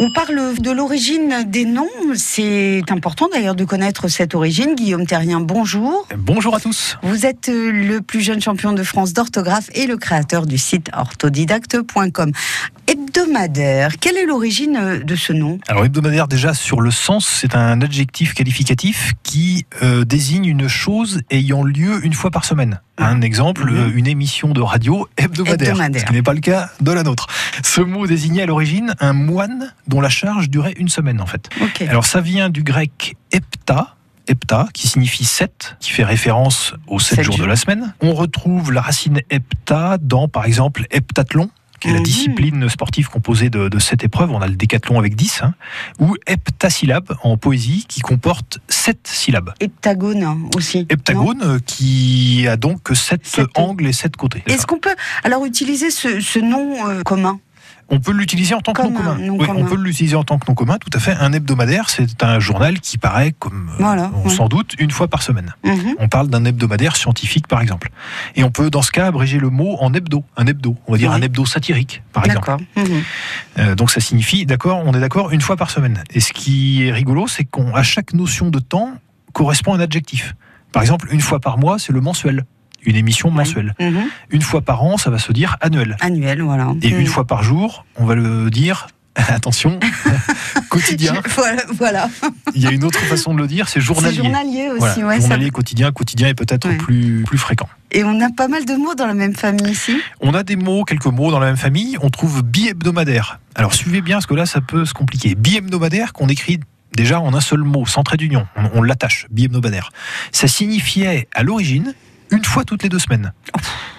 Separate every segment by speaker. Speaker 1: On parle de l'origine des noms. C'est important d'ailleurs de connaître cette origine. Guillaume Terrien, bonjour.
Speaker 2: Bonjour à tous.
Speaker 1: Vous êtes euh, le plus jeune champion de France d'orthographe et le créateur du site orthodidacte.com. Hebdomadaire, quelle est l'origine euh, de ce nom
Speaker 2: Alors hebdomadaire déjà sur le sens, c'est un adjectif qualificatif qui euh, désigne une chose ayant lieu une fois par semaine. Un exemple,
Speaker 1: Mhm.
Speaker 2: euh, une émission de radio hebdomadaire,
Speaker 1: Hebdomadaire.
Speaker 2: ce qui n'est pas le cas de la nôtre. Ce mot désignait à l'origine un moine dont la charge durait une semaine en fait.
Speaker 1: Ok.
Speaker 2: Alors ça vient du grec hepta, hepta qui signifie sept, qui fait référence aux sept
Speaker 1: Sept
Speaker 2: jours de
Speaker 1: jours.
Speaker 2: la semaine. On retrouve la racine hepta dans par exemple heptathlon qui est la
Speaker 1: Mhm.
Speaker 2: discipline sportive composée de, de sept épreuves, on a le décathlon avec 10, hein, ou heptasyllabe en poésie qui comporte sept syllabes.
Speaker 1: Heptagone hein, aussi. Non
Speaker 2: Heptagone euh, qui a donc sept,
Speaker 1: Sept.
Speaker 2: angles et sept côtés.
Speaker 1: Est-ce qu'on peut alors utiliser ce, ce nom euh, commun
Speaker 2: On peut l'utiliser en tant que nom
Speaker 1: Comme un
Speaker 2: commun.
Speaker 1: nom
Speaker 2: Oui,
Speaker 1: commun.
Speaker 2: on peut l'utiliser en tant que nom commun, tout à fait. Un hebdomadaire, c'est un journal qui paraît, comme euh,
Speaker 1: Voilà,
Speaker 2: on
Speaker 1: ouais.
Speaker 2: s'en doute, une fois par semaine.
Speaker 1: Mhm.
Speaker 2: On parle d'un hebdomadaire scientifique, par exemple. Et on peut, dans ce cas, abréger le mot en hebdo. Un hebdo, on va dire
Speaker 1: Ouais.
Speaker 2: un hebdo satirique, par exemple.
Speaker 1: D'accord. Mhm.
Speaker 2: Euh, donc ça signifie, d'accord, on est d'accord, une fois par semaine. Et ce qui est rigolo, c'est qu'à chaque notion de temps correspond un adjectif. Par exemple, une fois par mois, c'est le mensuel. Une émission mensuelle.
Speaker 1: Mhm.
Speaker 2: Une fois par an, ça va se dire annuel.
Speaker 1: Annuel, voilà.
Speaker 2: Et
Speaker 1: Mhm.
Speaker 2: une fois par jour, on va le dire, attention, quotidien.
Speaker 1: Je- Voilà. voilà.
Speaker 2: Il y a une autre façon de le dire,
Speaker 1: C'est
Speaker 2: c'est journalier.
Speaker 1: journalier aussi,
Speaker 2: Voilà,
Speaker 1: ouais, ça-
Speaker 2: journalier, quotidien, quotidien est peut-être
Speaker 1: Ouais.
Speaker 2: plus, plus fréquent.
Speaker 1: Et on a pas mal de mots dans la même famille ici.
Speaker 2: On a des mots, quelques mots dans la même famille. On trouve bi-hebdomadaire. Alors suivez bien, parce que là, ça peut se compliquer. Bi-hebdomadaire qu'on écrit déjà en un seul mot, sans trait d'union. On, on l'attache, bi-hebdomadaire. Ça signifiait à l'origine une fois toutes les deux semaines.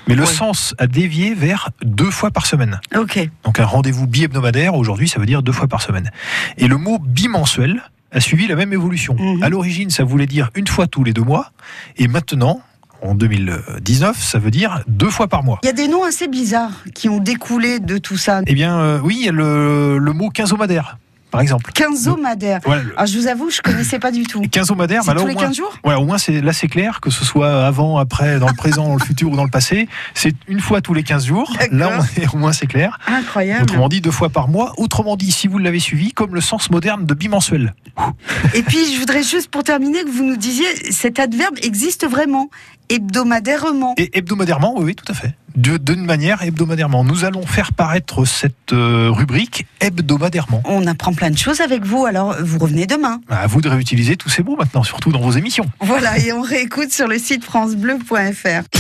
Speaker 2: Mais le
Speaker 1: Ouais.
Speaker 2: sens a dévié vers deux fois par semaine.
Speaker 1: Ok.
Speaker 2: Donc un rendez-vous bi-hebdomadaire, aujourd'hui ça veut dire deux fois par semaine. Et le mot bimensuel a suivi la même évolution.
Speaker 1: Mhm.
Speaker 2: À l'origine, ça voulait dire une fois tous les deux mois, et maintenant, en 2019, ça veut dire deux fois par mois.
Speaker 1: Il y a des noms assez bizarres qui ont découlé de tout ça.
Speaker 2: Eh bien, euh, oui, il y a le, le mot quinzomadaire, par exemple.
Speaker 1: Quinzomadaire.
Speaker 2: Voilà, le-
Speaker 1: Alors Ah, je vous avoue, je connaissais pas du tout.
Speaker 2: quinzomadaire,
Speaker 1: C'est
Speaker 2: bah là,
Speaker 1: tous
Speaker 2: au
Speaker 1: les
Speaker 2: moins,
Speaker 1: 15 jours
Speaker 2: voilà, au moins c'est, là c'est clair, que ce soit avant, après, dans le présent, dans le futur ou dans le passé, c'est une fois tous les 15 jours. Là,
Speaker 1: D'accord.
Speaker 2: on est- au moins c'est clair.
Speaker 1: Incroyable.
Speaker 2: Autrement dit, deux fois par mois. Autrement dit, si vous l'avez suivi, comme le sens moderne de bimensuel.
Speaker 1: Et puis je voudrais juste pour terminer que vous nous disiez cet adverbe existe vraiment hebdomadairement.
Speaker 2: Et hebdomadairement, oui, oui, tout à fait. De- D'une manière hebdomadairement. Nous allons faire paraître cette euh, rubrique hebdomadairement.
Speaker 1: On apprend plein de choses avec vous, alors vous revenez demain.
Speaker 2: À vous de réutiliser tous ces mots maintenant, surtout dans vos émissions.
Speaker 1: Voilà, et on réécoute sur le site francebleu.fr.